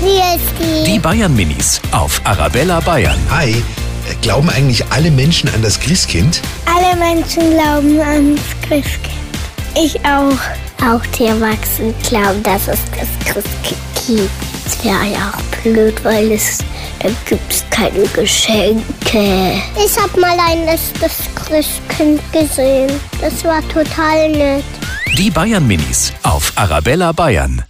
Grüß Die Bayern Minis auf Arabella Bayern. Hi, äh, glauben eigentlich alle Menschen an das Christkind? Alle Menschen glauben ans Christkind. Ich auch. Auch die Erwachsenen glauben, dass es das Christkind gibt. Es wäre ja auch blöd, weil es dann gibt es keine Geschenke. Ich habe mal ein echtes Christkind gesehen. Das war total nett. Die Bayern Minis auf Arabella Bayern.